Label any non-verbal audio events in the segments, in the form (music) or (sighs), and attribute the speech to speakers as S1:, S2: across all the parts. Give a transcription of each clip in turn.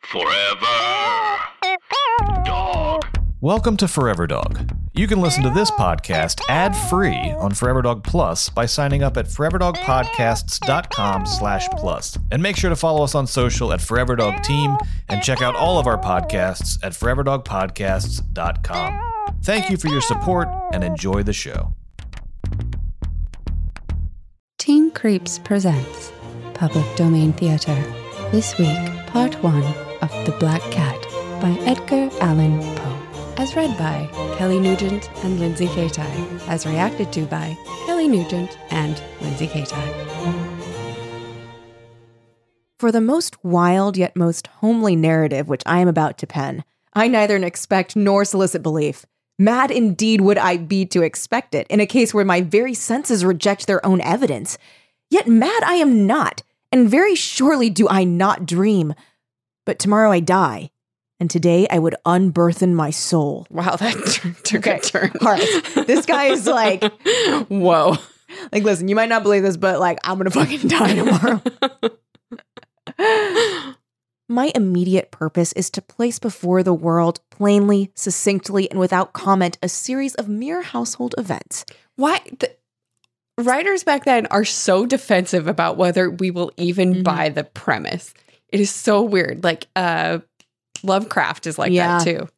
S1: Forever. Dog.
S2: Welcome to Forever Dog. You can listen to this podcast ad-free on Forever Dog Plus by signing up at foreverdogpodcasts.com slash plus. And make sure to follow us on social at Forever Dog Team and check out all of our podcasts at foreverdogpodcasts.com. Thank you for your support and enjoy the show.
S3: Teen Creeps presents Public Domain Theatre. This week, part one of The Black Cat by Edgar Allan Poe. As read by Kelly Nugent and Lindsay Kaitai. As reacted to by Kelly Nugent and Lindsay Kaitai.
S4: For the most wild yet most homely narrative which I am about to pen, I neither expect nor solicit belief. Mad indeed would I be to expect it in a case where my very senses reject their own evidence. Yet mad I am not, and very surely do I not dream. But tomorrow I die, and today I would unburthen my soul.
S3: Wow, that (laughs) took
S4: (laughs)
S3: a turn.
S4: All right, this guy is like,
S3: (laughs) Whoa.
S4: like, listen, you might not believe this, but like, I'm gonna fucking die tomorrow. My immediate purpose is to place before the world, plainly, succinctly, and without comment, a series of mere household events.
S5: why the writers back then are so defensive about whether we will even
S4: Mm-hmm.
S5: buy the premise it is so weird like uh lovecraft is like that
S4: Yeah.
S5: too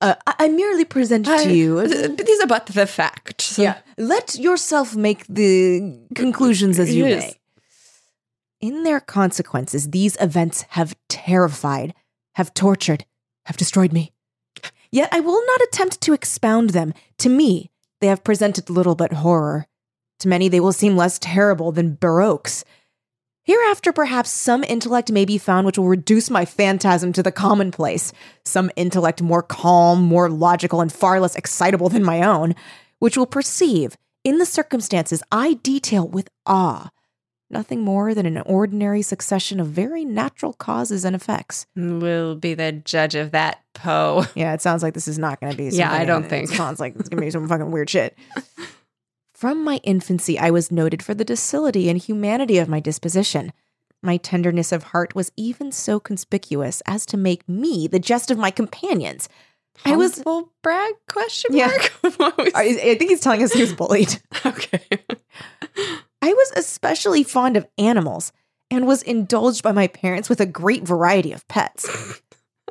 S4: Uh, I, I merely present
S5: I-
S4: to you.
S5: (laughs) th- these about the facts
S4: Yeah. Let yourself make the conclusions as you
S5: Yes.
S4: may. In their consequences, these events have terrified, have tortured, have destroyed me. Yet I will not attempt to expound them. To me, they have presented little but horror. To many, they will seem less terrible than Baroque's. Hereafter, perhaps some intellect may be found which will reduce my phantasm to the commonplace, some intellect more calm, more logical, and far less excitable than my own, which will perceive, in the circumstances I detail with awe, nothing more than an ordinary succession of very natural causes and effects.
S5: we'll be the judge of that poe
S4: Yeah, it sounds like this is not going to be.
S5: Yeah,
S4: something-
S5: I don't think.
S4: it (laughs) sounds like it's going to be some fucking weird shit. From my infancy, I was noted for the docility and humanity of my disposition. My tenderness of heart was even so conspicuous as to make me the jest of my companions. I
S5: (laughs)
S4: was.
S5: Humble brag question
S4: Yeah.
S5: mark (laughs) What
S4: (laughs)
S5: was-
S4: I I think he's telling us he was bullied.
S5: okay
S4: I was especially fond of animals and was indulged by my parents with a great variety of pets.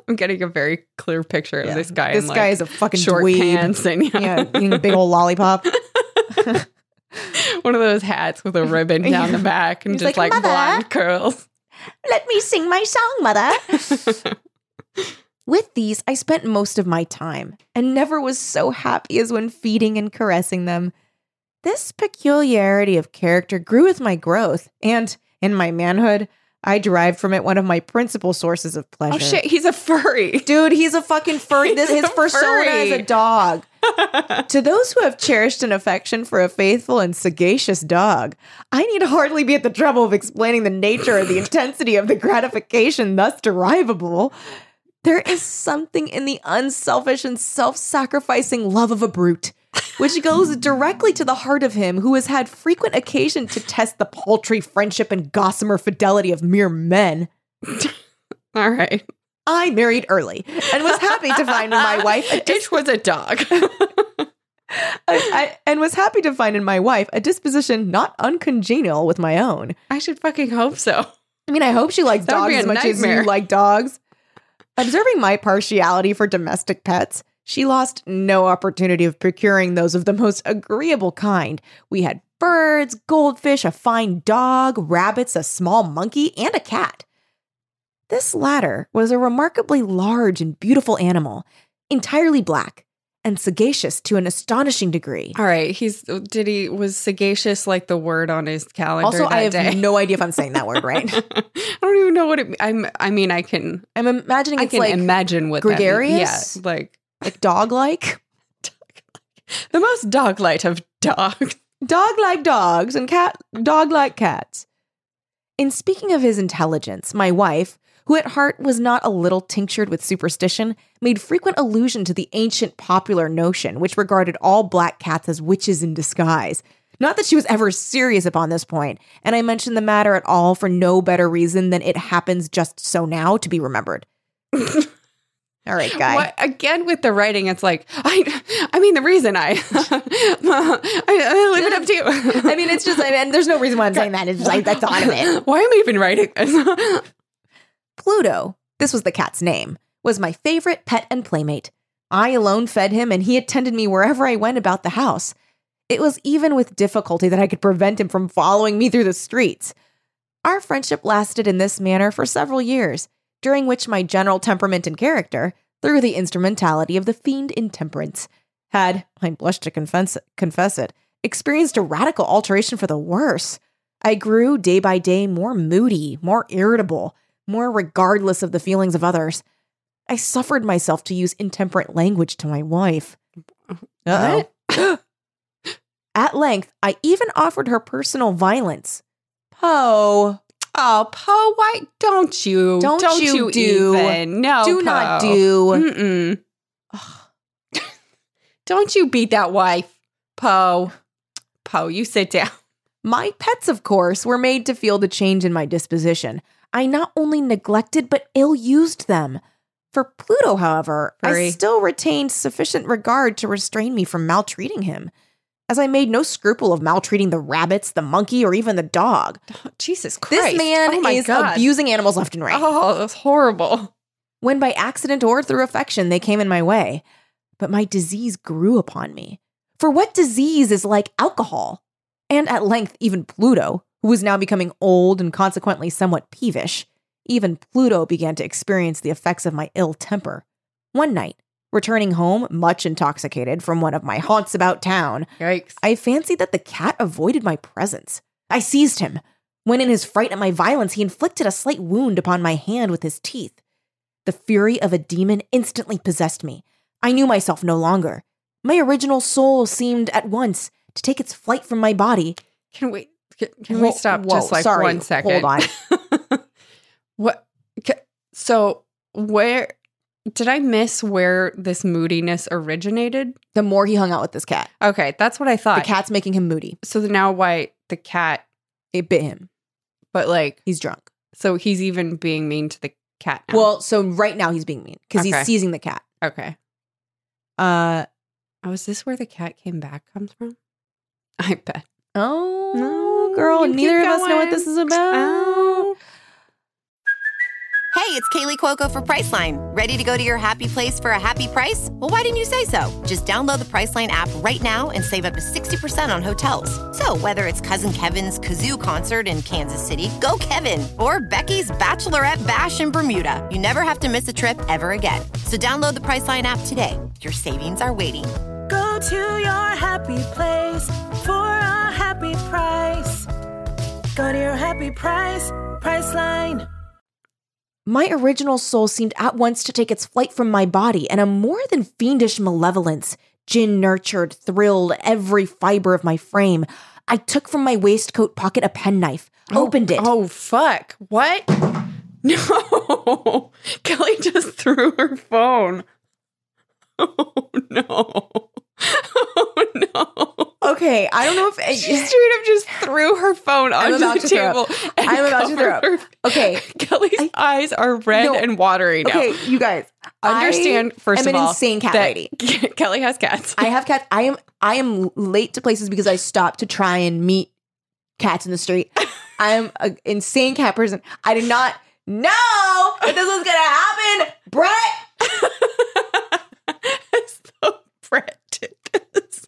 S5: i'm getting a very clear picture of
S4: Yeah.
S5: this guy
S4: This
S5: in,
S4: guy
S5: like,
S4: is a fucking
S5: short
S4: dweeb.
S5: pants and (laughs)
S4: Yeah, eating a big old lollipop. (laughs)
S5: (laughs) one of those hats with a ribbon down
S4: Yeah.
S5: the back and
S4: He's
S5: just
S4: like,
S5: like,
S4: "Mother."
S5: blonde curls
S4: Let me sing my song, (laughs) mother. With these, I spent most of my time and never was so happy as when feeding and caressing them. This peculiarity of character grew with my growth, and in my manhood, I derived from it one of my principal sources of pleasure.
S5: (laughs) oh shit he's a furry
S4: Dude, he's a fucking furry. This,
S5: He's
S4: his
S5: a
S4: persona
S5: furry.
S4: is a dog.
S5: (laughs)
S4: to those who have cherished an affection for a faithful and sagacious dog, I need hardly be at the trouble of explaining the nature or the intensity of the gratification thus derivable. There is something in the unselfish and self sacrificing love of a brute, which goes directly to the heart of him who has had frequent occasion to test the paltry friendship and gossamer fidelity of mere men.
S5: (laughs) all right
S4: I married early and was happy to find in my wife
S5: (laughs)
S4: a, dis-
S5: It was a dog. (laughs)
S4: I- and was happy to find in my wife a disposition not uncongenial with my own.
S5: I should fucking hope so.
S4: I mean, I hope she likes
S5: That would
S4: dogs
S5: be a
S4: as much as you
S5: nightmare.
S4: like dogs. Observing my partiality for domestic pets, she lost no opportunity of procuring those of the most agreeable kind. We had birds, goldfish, a fine dog, rabbits, a small monkey, and a cat. This latter was a remarkably large and beautiful animal, entirely black, and sagacious to an astonishing degree.
S5: All right. He's did he was sagacious like the word on his calendar.
S4: Also,
S5: that
S4: I have
S5: day. (laughs)
S4: no idea if I'm saying that word right.
S5: I don't even know what it. I'm. I mean, I can.
S4: I'm imagining
S5: I
S4: it's
S5: can
S4: like
S5: imagine what
S4: gregarious?
S5: That, yeah, like
S4: like dog like.
S5: the most dog light of dogs.
S4: Dog like dogs and cat dog like cats. In speaking of his intelligence, my wife, who at heart was not a little tinctured with superstition, made frequent allusion to the ancient popular notion which regarded all black cats as witches in disguise. Not that she was ever serious upon this point, and I mention the matter at all for no better reason than it happens just so now to be remembered. all right, guy.
S5: What, again with the writing, it's like I. I mean, the reason I. (laughs) I, I leave it up to you.
S4: I mean, it's
S5: (laughs)
S4: just, I mean, there's no reason why I'm saying that. It's just like the thought of it.
S5: Why am I even writing this? (laughs)
S4: Pluto, this was the cat's name, was my favorite pet and playmate. I alone fed him, and he attended me wherever I went about the house. It was even with difficulty that I could prevent him from following me through the streets. Our friendship lasted in this manner for several years, during which my general temperament and character, through the instrumentality of the fiend intemperance, had, I blush to confess, confess it, experienced a radical alteration for the worse. I grew day by day more moody, more irritable, more regardless of the feelings of others. I suffered myself to use intemperate language to my wife. Uh-oh. (gasps) At length, I even offered her personal violence. Poe,
S5: Oh, Poe, why don't you?
S4: Don't you do-
S5: even. Oh, No,
S4: do not
S5: Poe.
S4: do.
S5: Mm-mm. (laughs) don't you beat that wife, Poe. Poe, you sit down.
S4: My pets, of course, were made to feel the change in my disposition. I not only neglected but ill used them. For Pluto, however, I
S5: Furry.
S4: still retained sufficient regard to restrain me from maltreating him, as I made no scruple of maltreating the rabbits, the monkey, or even the dog.
S5: Jesus Christ.
S4: This man
S5: Oh my
S4: is
S5: God.
S4: abusing animals left and right.
S5: Oh, that's horrible.
S4: when by accident or through affection they came in my way. But my disease grew upon me. For what disease is like alcohol? And at length, even Pluto, who was now becoming old and consequently somewhat peevish, even Pluto began to experience the effects of my ill temper. One night, returning home, much intoxicated from one of my haunts about town,
S5: Yikes.
S4: I fancied that the cat avoided my presence. I seized him. When in his fright at my violence, he inflicted a slight wound upon my hand with his teeth. The fury of a demon instantly possessed me. I knew myself no longer. My original soul seemed at once to take its flight from my body.
S5: Can we can, can
S4: Whoa-
S5: we stop
S4: whoa,
S5: just like
S4: sorry.
S5: one second? (laughs)
S4: Hold
S5: on. what ca- so where did I miss where this moodiness originated?
S4: The more he hung out with this cat,
S5: Okay, that's what I
S4: the
S5: thought.
S4: cat's making him moody.
S5: so now why the cat
S4: It bit him.
S5: but like
S4: He's drunk.
S5: so he's even being mean to the cat now.
S4: Well, so right now he's being mean because
S5: Okay.
S4: he's seizing the cat.
S5: okay.
S4: Uh
S5: Oh, is this where the cat came back comes from? (laughs) I bet.
S4: oh,
S5: No,
S4: girl.
S5: you keep
S4: Neither of us know what
S5: going.
S4: this is about.
S5: Oh.
S6: Hey, it's Kaylee Cuoco for Priceline. Ready to go to your happy place for a happy price? Well, why didn't you say so? Just download the Priceline app right now and save up to 60% on hotels. So, whether it's Cousin Kevin's Kazoo concert in Kansas City, go Kevin, or Becky's Bachelorette Bash in Bermuda, you never have to miss a trip ever again. So, download the Priceline app today. Your savings are waiting.
S7: Go to your happy place for a happy price. Go to your happy price, Priceline.
S4: My original soul seemed at once to take its flight from my body, and a more than fiendish malevolence, gin nurtured, thrilled every fiber of my frame. I took from my waistcoat pocket a penknife, opened it.
S5: Oh fuck. What? (laughs) No. (laughs) Kelly just threw her phone. (laughs) Oh no. (laughs) Oh no.
S4: Okay, I don't know if (laughs)
S5: She straight up just threw her phone
S4: I'm
S5: onto
S4: about to
S5: the
S4: throw up.
S5: table. and
S4: I'm about to throw up.
S5: covered her-
S4: Okay.
S5: (laughs) Kelly's eyes are red
S4: No.
S5: and watery now.
S4: okay, you guys
S5: Understand
S4: I
S5: first
S4: am
S5: of
S4: an
S5: all
S4: insane cat
S5: that
S4: lady.
S5: (laughs) Kelly has cats.
S4: I have cats. I am I am late to places because I stop to try and meet cats in the (laughs) street. I'm an insane cat person. I did not know that this was gonna happen, Brett. (laughs)
S5: so Brett did this.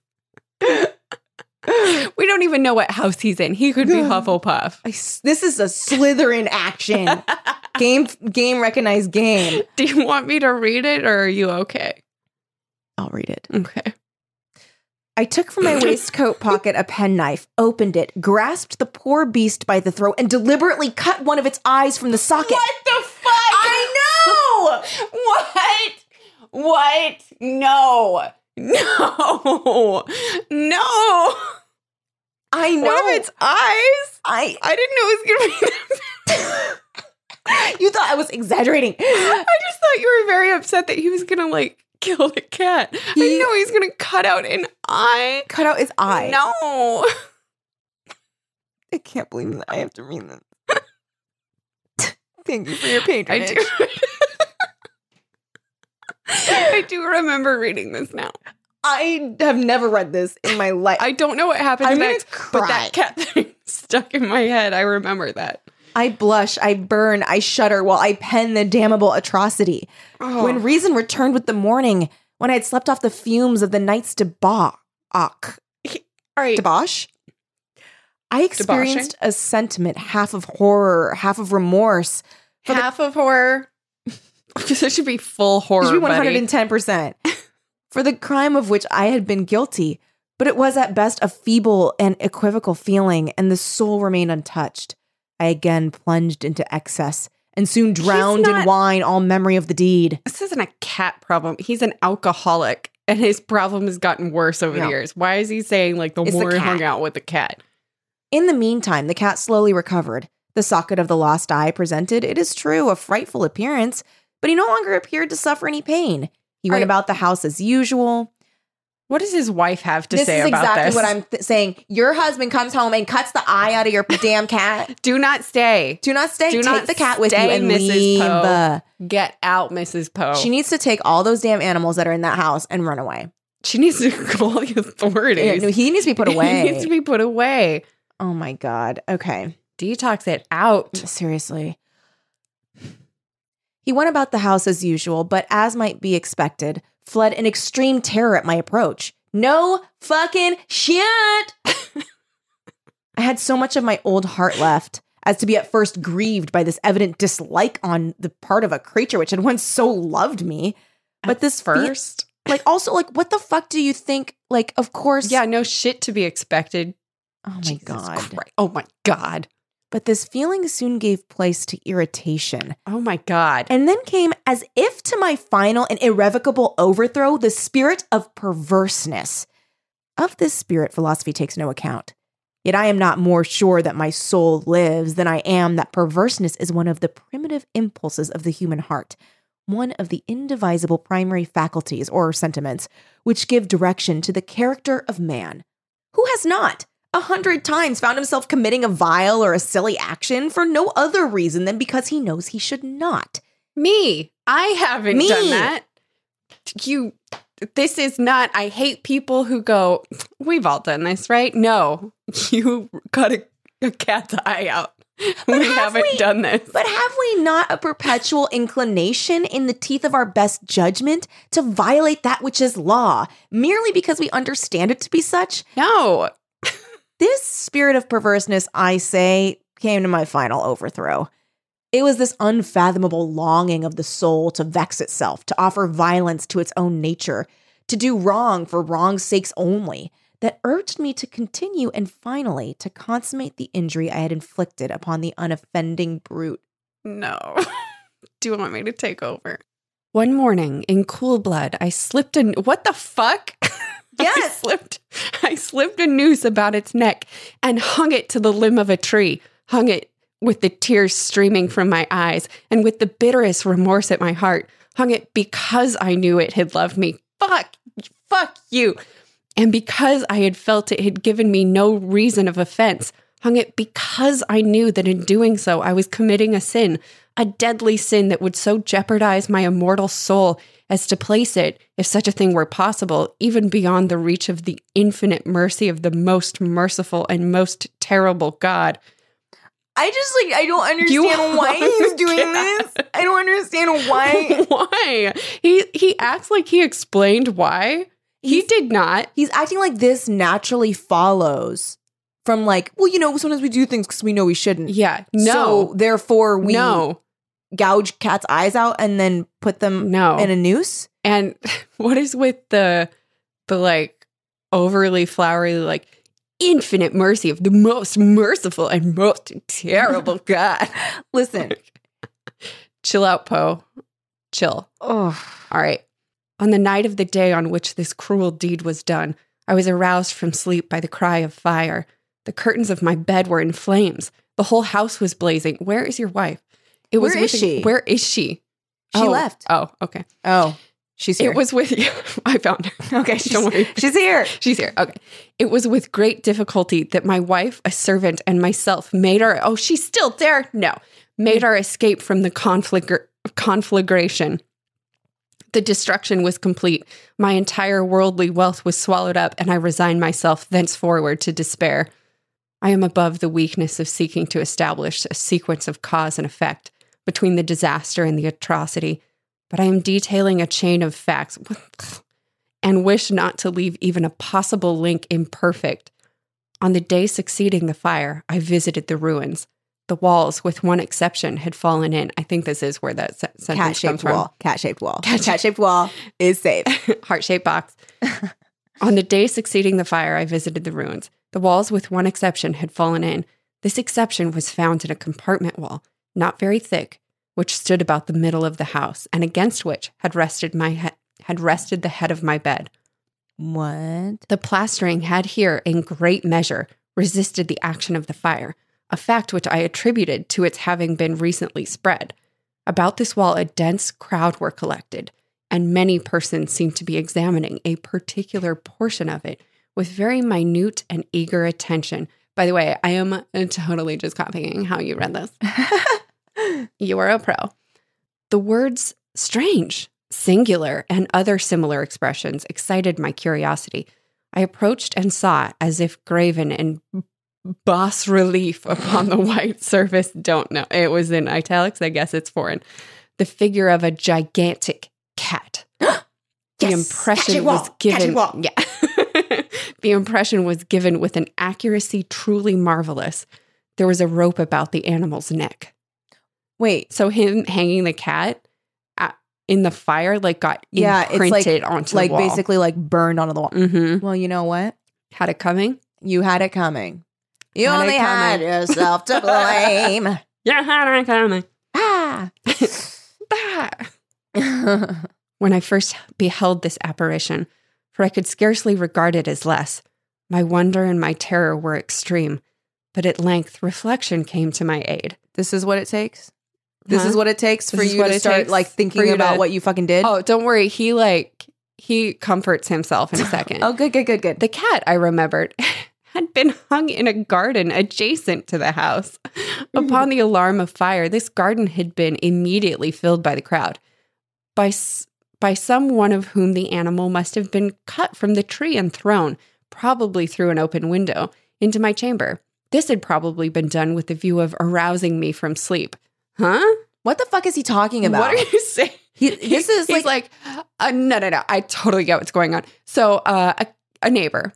S5: we don't even know what house he's in. He could be Hufflepuff.
S4: I s this is a Slytherin action. game game recognized game.
S5: Do you want me to read it or are you okay?
S4: I'll read it.
S5: Okay.
S4: I took from my
S5: (coughs)
S4: waistcoat pocket a penknife, opened it, grasped the poor beast by the throat, and deliberately cut one of its eyes from the socket.
S5: the fuck? I know. (laughs) what? What? No. No. No.
S4: I know.
S5: One of its eyes.
S4: I
S5: I didn't know it was gonna be that
S4: (laughs) you thought I was exaggerating.
S5: I just thought you were very upset that he was gonna like kill the cat.
S4: He-
S5: I
S4: (laughs)
S5: know he's gonna cut out an eye.
S4: Cut out his eye.
S5: No.
S4: I can't believe that I have to read this. (laughs) Thank you for your patronage.
S5: I do. I do remember reading this now.
S4: I have never read this in my life.
S5: I don't know what happens
S4: I'm gonna
S5: next, but
S4: cry.
S5: that cat (laughs) thing stuck in my head. I remember that.
S4: I blush, I burn, I shudder while I pen the damnable atrocity.
S5: Oh.
S4: When reason returned with the morning, when I had slept off the fumes of the night's debauch,
S5: All right.
S4: debauch, I experienced a sentiment half of horror, half of remorse. for the-
S5: half of horror. (laughs) this should be full horror.
S4: It should be one hundred
S5: buddy.
S4: and ten percent for the crime of which I had been guilty, but it was at best a feeble and equivocal feeling, and the soul remained untouched. I again plunged into excess and soon drowned in
S5: not-
S4: wine all memory of the deed.
S5: This isn't a cat problem. He's an alcoholic, and his problem has gotten worse over
S4: Yeah.
S5: the years. Why is he saying like the
S4: It's the
S5: more he
S4: cat.
S5: hung out with the cat?
S4: In the meantime, the cat slowly recovered. The socket of the lost eye presented, it is true, a frightful appearance, but he no longer appeared to suffer any pain. He went
S5: Right.
S4: about the house as usual.
S5: What does his wife have to
S4: this
S5: say
S4: is
S5: about
S4: exactly
S5: this?
S4: what I'm th- saying. Your husband comes home and cuts the eye out of your damn cat.
S5: Do not stay.
S4: Do not stay.
S5: Do
S4: take
S5: not
S4: the cat with you
S5: stay,
S4: and
S5: Mrs.
S4: leave.
S5: Poe.
S4: Uh,
S5: Get out, Mrs. Poe.
S4: She needs to take all those damn animals that are in that house and run away.
S5: she needs to (laughs) call the
S4: Yeah,
S5: authorities.
S4: no, he needs to be put away.
S5: (laughs) he needs to be put away.
S4: oh my god. Okay.
S5: Detox it out.
S4: Seriously. He went about the house as usual, but as might be expected, fled in extreme terror at my approach. No fucking shit.
S5: (laughs)
S4: I had so much of my old heart left as to be at first grieved by this evident dislike on the part of a creature which had once so loved me. But this fe-
S5: first,
S4: like also like what the fuck do you think like of course
S5: yeah, no shit to be expected.
S4: oh my
S5: Jesus
S4: god
S5: Christ. Oh my god.
S4: but this feeling soon gave place to irritation
S5: Oh my god.
S4: and then came as if to my final and irrevocable overthrow the spirit of perverseness of this spirit philosophy takes no account yet i am not more sure that my soul lives than i am that perverseness is one of the primitive impulses of the human heart one of the indivisible primary faculties or sentiments which give direction to the character of man who has not a hundred times found himself committing a vile or a silly action for no other reason than because he knows he should not?
S5: Me. I haven't
S4: Me.
S5: done that. You this is not I hate people who go, we've all done this, right? No. (laughs) You cut a, a cat's eye out. we
S4: have
S5: haven't
S4: we?
S5: done this.
S4: But have we not a perpetual inclination in the teeth of our best judgment to violate that which is law merely because we understand it to be such?
S5: no.
S4: This spirit of perverseness, I say, came to my final overthrow. It was this unfathomable longing of the soul to vex itself, to offer violence to its own nature, to do wrong for wrong's sakes only, that urged me to continue and finally to consummate the injury I had inflicted upon the unoffending brute.
S5: No. (laughs) Do you want me to take over? One morning in cool blood, I slipped a what the fuck? (laughs) I
S4: Yes.
S5: slipped I slipped a noose about its neck and hung it to the limb of a tree, hung it with the tears streaming from my eyes and with the bitterest remorse at my heart, hung it because I knew it had loved me. Fuck, fuck you. And because I had felt it had given me no reason of offense, hung it because I knew that in doing so I was committing a sin, a deadly sin that would so jeopardize my immortal soul as to place it, if such a thing were possible, even beyond the reach of the infinite mercy of the most merciful and most terrible God. (laughs)
S4: I just like I don't
S5: You (laughs) are a cat.
S4: I don't understand
S5: (laughs) why? He he acts like he explained why. He did not.
S4: He's acting like this naturally follows from like, well, you know, sometimes we do things because we know we shouldn't.
S5: Yeah. No.
S4: So therefore, we
S5: no.
S4: gouge cats' eyes out and then put them
S5: No.
S4: in a noose.
S5: And (laughs) what is with the the like overly flowery like infinite mercy of the most merciful and most
S4: (laughs)
S5: terrible Oh, God? (laughs)
S4: Listen.
S5: Chill out, Poe. Chill.
S4: Oh.
S5: All right. On the night of the day on which this cruel deed was done, I was aroused from sleep by the cry of fire. The curtains of my bed were in flames. The whole house was blazing. Where is your wife? It
S4: Where is
S5: with a-
S4: she?
S5: where is she?
S4: She
S5: Oh,
S4: left.
S5: Oh, okay.
S4: Oh. She's here. (laughs)
S5: It was with (laughs) you. I found her. Okay,
S4: she's,
S5: (laughs) don't worry.
S4: she's here.
S5: She's here. Okay. It was with great difficulty that my wife, a servant, and myself made our oh, she's still there. No, made our escape from the conflag- conflagration. The destruction was complete. My entire worldly wealth was swallowed up, and I resigned myself thenceforward to despair. I am above the weakness of seeking to establish a sequence of cause and effect between the disaster and the atrocity, but I am detailing a chain of facts (laughs) and wish not to leave even a possible link imperfect. On the day succeeding the fire, I visited the ruins. The walls, with one exception, had fallen in. I think this is where that se-
S4: Cat
S5: sentence comes
S4: shaped
S5: from
S4: wall. Cat shaped wall.
S5: Cat-shaped-
S4: Cat shaped wall is
S5: (laughs)
S4: safe.
S5: heart shaped box. On the day succeeding the fire, I visited the ruins. The walls, with one exception, had fallen in. This exception was found in a compartment wall, not very thick, which stood about the middle of the house, and against which had rested my he- had rested the head of my bed.
S4: What?
S5: The plastering had here, in great measure, resisted the action of the fire, a fact which I attributed to its having been recently spread. About this wall, a dense crowd were collected, and many persons seemed to be examining a particular portion of it with very minute and eager attention. By the way, I am totally just copying how you read this. You are a pro. The words strange, singular, and other similar expressions excited my curiosity. I approached and saw, as if graven in bas relief upon the white surface. Don't know. It was in italics. I guess it's foreign. The figure of a gigantic cat. the impression was given. Yeah. (laughs) the impression was given with an accuracy truly marvelous. There was a rope about the animal's neck.
S4: Wait.
S5: So him hanging the cat at, in the fire like got
S4: Yeah, it's like-
S5: imprinted onto
S4: Like
S5: the wall.
S4: basically like burned onto the wall.
S5: hmm
S4: Well, you know what?
S5: had it coming.
S4: You had it coming. You
S5: Had it
S4: only had
S5: coming.
S4: yourself
S5: (laughs)
S4: to blame.
S5: Yeah, had it coming.
S4: ah.
S5: When I first beheld this apparition, for I could scarcely regard it as less, my wonder and my terror were extreme. But at length, reflection came to my aid.
S4: (laughs) this is what it takes. This
S5: Huh?
S4: is what it takes for
S5: This is
S4: you
S5: what
S4: to
S5: it
S4: start
S5: takes
S4: like
S5: for
S4: thinking
S5: you
S4: about
S5: to-
S4: what you fucking did.
S5: Oh, don't worry. He like he comforts himself in a (laughs) second.
S4: oh good, good, good, good.
S5: The cat, I remembered, (laughs) had been hung in a garden adjacent to the house. Upon the alarm of fire, this garden had been immediately filled by the crowd, by, s- by some one of whom the animal must have been cut from the tree and thrown, probably through an open window, into my chamber. This had probably been done with the view of arousing me from sleep. Huh?
S4: what the fuck is he talking about?
S5: (laughs) What are you saying?
S4: He- this is
S5: he's
S4: like,
S5: like, uh, no, no, no. I totally get what's going on. So uh, a, a neighbor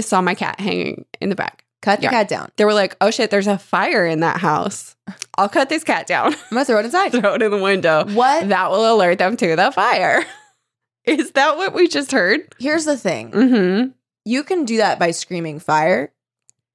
S5: saw my cat hanging in the back.
S4: cut the
S5: yeah.
S4: cat down.
S5: They were like, oh shit, there's a fire in that house. I'll cut this cat down, (laughs)
S4: I'm gonna throw it inside.
S5: throw it in the window.
S4: What?
S5: That will alert them to the fire. (laughs) Is that what we just heard?
S4: Here's the thing.
S5: Mm-hmm.
S4: You can do that by screaming fire.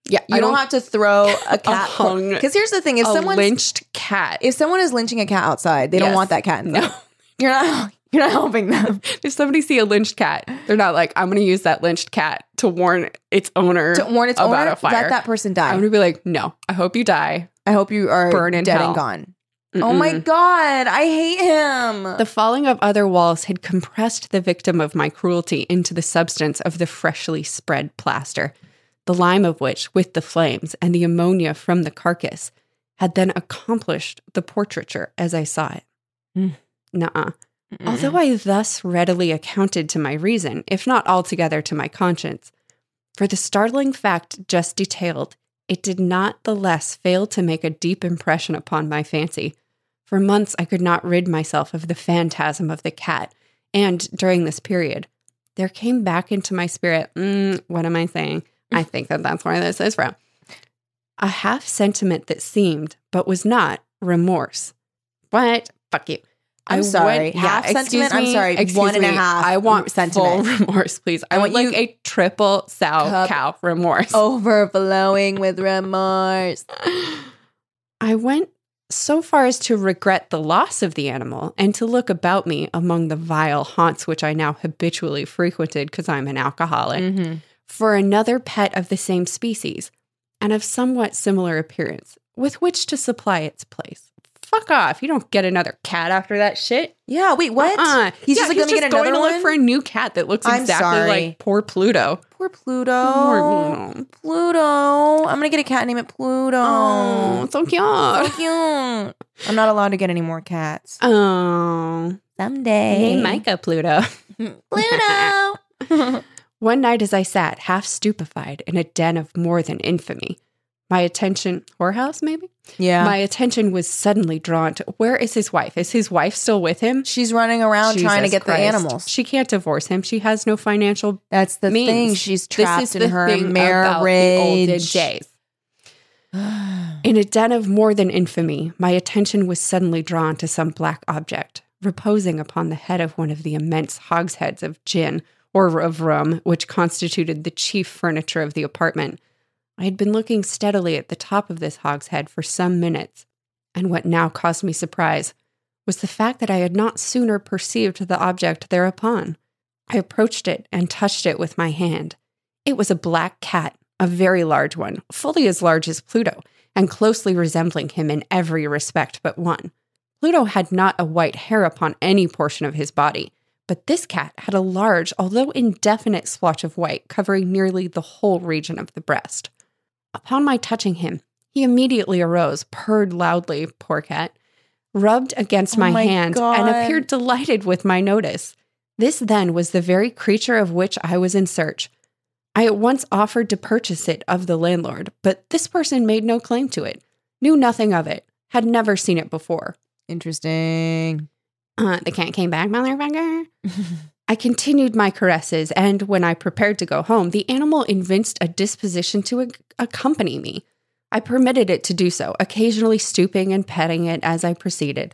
S5: Yeah.
S4: You don't, have to
S5: (laughs)
S4: throw a cat
S5: hung-
S4: Because here's the thing: if
S5: a
S4: someone
S5: lynched cat.
S4: if someone is lynching a cat outside, they don't
S5: Yes.
S4: want that cat. Inside.
S5: (laughs) No.
S4: you're not. (laughs) You're not helping them
S5: If somebody see a lynched cat, they're not like, I'm going to use that lynched cat to warn its owner
S4: to warn its
S5: about
S4: owner.
S5: a fire.
S4: Let that person
S5: I'm
S4: die.
S5: going to be like, no, I hope you die.
S4: I hope you are
S5: burn in
S4: dead
S5: hell.
S4: and gone. Oh my god, I hate him.
S5: The falling of other walls had compressed the victim of my cruelty into the substance of the freshly spread plaster, the lime of which, with the flames and the ammonia from the carcass, had then accomplished the portraiture as I saw it.
S4: Mm.
S5: Nuh-uh.
S4: Mm-mm.
S5: Although I thus readily accounted to my reason, if not altogether to my conscience, for the startling fact just detailed, it did not the less fail to make a deep impression upon my fancy. For months, I could not rid myself of the phantasm of the cat, and during this period, there came back into my spirit mm, what am I saying? (laughs) I think that that's where this is from. A half sentiment that seemed, but was not, remorse. What? Fuck you.
S4: I'm
S5: I
S4: sorry.
S5: want-
S4: Half sentiment? I'm sorry.
S5: Excuse
S4: One and a
S5: me.
S4: half
S5: I want
S4: sentiment.
S5: full (laughs) remorse, please. I,
S4: I
S5: want, Oh,
S4: want you-
S5: like a triple sow
S4: Cup.
S5: cow remorse.
S4: Overflowing with
S5: (sighs)
S4: remorse.
S5: I went so far as to regret the loss of the animal and to look about me among the vile haunts which I now habitually frequented because I'm an alcoholic
S4: Mm. Mm-hmm.
S5: for another pet of the same species and of somewhat similar appearance with which to supply its place. Fuck off. You don't get another cat after that shit.
S4: Yeah, wait, what?
S5: Uh-uh.
S4: He's
S5: Yeah,
S4: just like, let me get
S5: going
S4: another
S5: to
S4: one.
S5: look for a new cat that looks
S4: I'm
S5: exactly
S4: sorry.
S5: like poor Pluto.
S4: Poor
S5: Poor
S4: Pluto.
S5: Pluto.
S4: Pluto. I'm gonna get a cat and name it Pluto.
S5: Oh, so cute.
S4: so cute. I'm not allowed to get any more cats.
S5: Oh,
S4: Someday.
S5: name Micah Pluto.
S4: (laughs)
S5: (laughs)
S4: Pluto.
S5: One night, as I sat half stupefied in a den of more than infamy, my attention, whorehouse maybe?
S4: yeah.
S5: My attention was suddenly drawn to where is his wife? Is his wife still with him?
S4: She's running around trying to
S5: Jesus
S4: get
S5: Christ.
S4: the animals.
S5: She can't divorce him. She has no financial
S4: That's the
S5: means.
S4: thing. She's
S5: This
S4: trapped
S5: is
S4: in
S5: the
S4: her
S5: thing about the
S4: marriage. (sighs)
S5: olden days. In a den of more than infamy, my attention was suddenly drawn to some black object reposing upon the head of one of the immense hogsheads of gin or of rum, which constituted the chief furniture of the apartment. I had been looking steadily at the top of this hogshead for some minutes, and what now caused me surprise was the fact that I had not sooner perceived the object thereupon. I approached it and touched it with my hand. It was a black cat, a very large one, fully as large as Pluto, and closely resembling him in every respect but one. Pluto had not a white hair upon any portion of his body, but this cat had a large, although indefinite, splotch of white covering nearly the whole region of the breast. Upon my touching him, he immediately arose, purred loudly, poor cat, rubbed against
S4: Oh
S5: my,
S4: my
S5: hand, and
S4: God.
S5: appeared delighted with my notice. This then was the very creature of which I was in search. I at once offered to purchase it of the landlord, but this person made no claim to it, knew nothing of it, had never seen it before.
S4: Interesting.
S5: Uh, the cat came
S4: (laughs)
S5: back, motherfucker. I continued my caresses, and when I prepared to go home, the animal evinced a disposition to ac- accompany me. I permitted it to do so, occasionally stooping and petting it as I proceeded.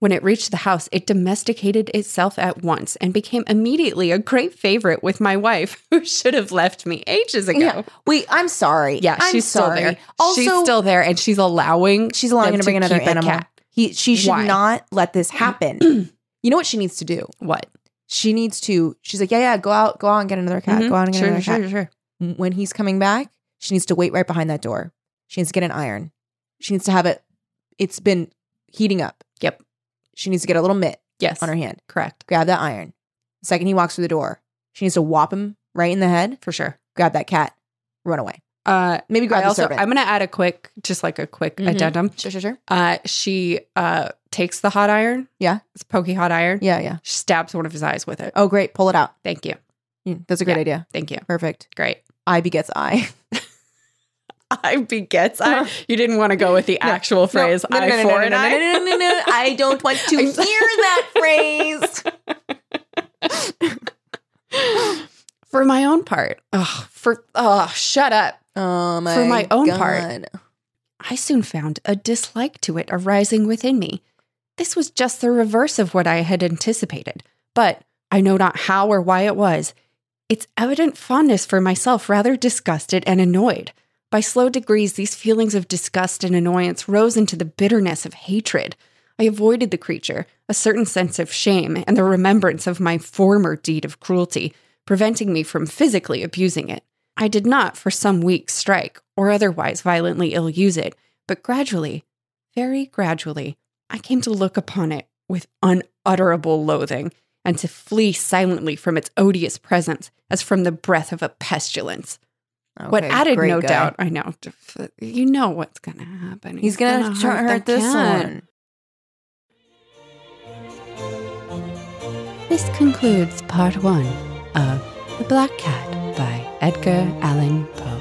S5: When it reached the house, it domesticated itself at once and became immediately a great favorite with my wife, (laughs) who should have left me ages ago.
S4: Yeah. Wait, I'm sorry.
S5: Yeah,
S4: I'm
S5: she's
S4: sorry.
S5: still there.
S4: Also,
S5: she's still there, and she's allowing
S4: she's allowing
S5: them
S4: him to bring another
S5: keep a
S4: animal.
S5: cat.
S4: He, she should
S5: Why?
S4: not let this
S5: (clears throat)
S4: happen. you know what she needs to do?
S5: What?
S4: She needs to. She's like, yeah, yeah, go out, go out and get another cat.
S5: Mhm.
S4: Go out and get
S5: sure,
S4: another
S5: sure,
S4: cat.
S5: sure.
S4: When he's coming back, she needs to wait right behind that door. She needs to get an iron. She needs to have it. It's been heating up.
S5: Yep.
S4: She needs to get a little mitt
S5: Yes,
S4: on her hand.
S5: correct
S4: Grab that iron. The second he walks through the door, she needs to whop him right in the head.
S5: for sure.
S4: Grab that cat. Run away.
S5: Uh,
S4: Maybe grab
S5: I
S4: the
S5: also
S4: servant.
S5: I'm going to add a quick, just like a quick
S4: Mhm.
S5: addendum.
S4: sure, sure, sure.
S5: Uh, she uh takes the hot iron.
S4: Yeah.
S5: it's pokey hot iron.
S4: Yeah, yeah.
S5: She stabs one of his eyes with it.
S4: Oh, great. Pull it out.
S5: Thank you,
S4: Mm, That's a great
S5: Yeah.
S4: idea.
S5: thank you.
S4: Perfect.
S5: Great.
S4: I begets I.
S5: (laughs) I begets (laughs) I. You didn't want to go with the (laughs) actual phrase.
S4: (laughs) No, no, no,
S5: I
S4: no,
S5: for
S4: no,
S5: an
S4: no,
S5: eye.
S4: no, no, no, no. I don't want to
S5: (laughs) I'm
S4: hear
S5: sorry.
S4: that phrase.
S5: For my own part, oh, for oh, shut up.
S4: Oh my
S5: For my own part.
S4: God.
S5: I soon found a dislike to it arising within me. This was just the reverse of what I had anticipated, but I know not how or why it was. Its evident fondness for myself rather disgusted and annoyed. By slow degrees, these feelings of disgust and annoyance rose into the bitterness of hatred. I avoided the creature, a certain sense of shame, and the remembrance of my former deed of cruelty, preventing me from physically abusing it. I did not, for some weeks, strike or otherwise violently ill use it, but gradually, very gradually, I came to look upon it with unutterable loathing and to flee silently from its odious presence as from the breath of a pestilence. what
S4: Okay,
S5: added,
S4: great
S5: no
S4: guy.
S5: doubt, I know, to f- you know what's going to happen.
S4: He's gonna, try hurt,
S5: the
S4: this
S5: cat.
S4: one.
S3: This concludes part one of The Black Cat by Edgar Allan Poe.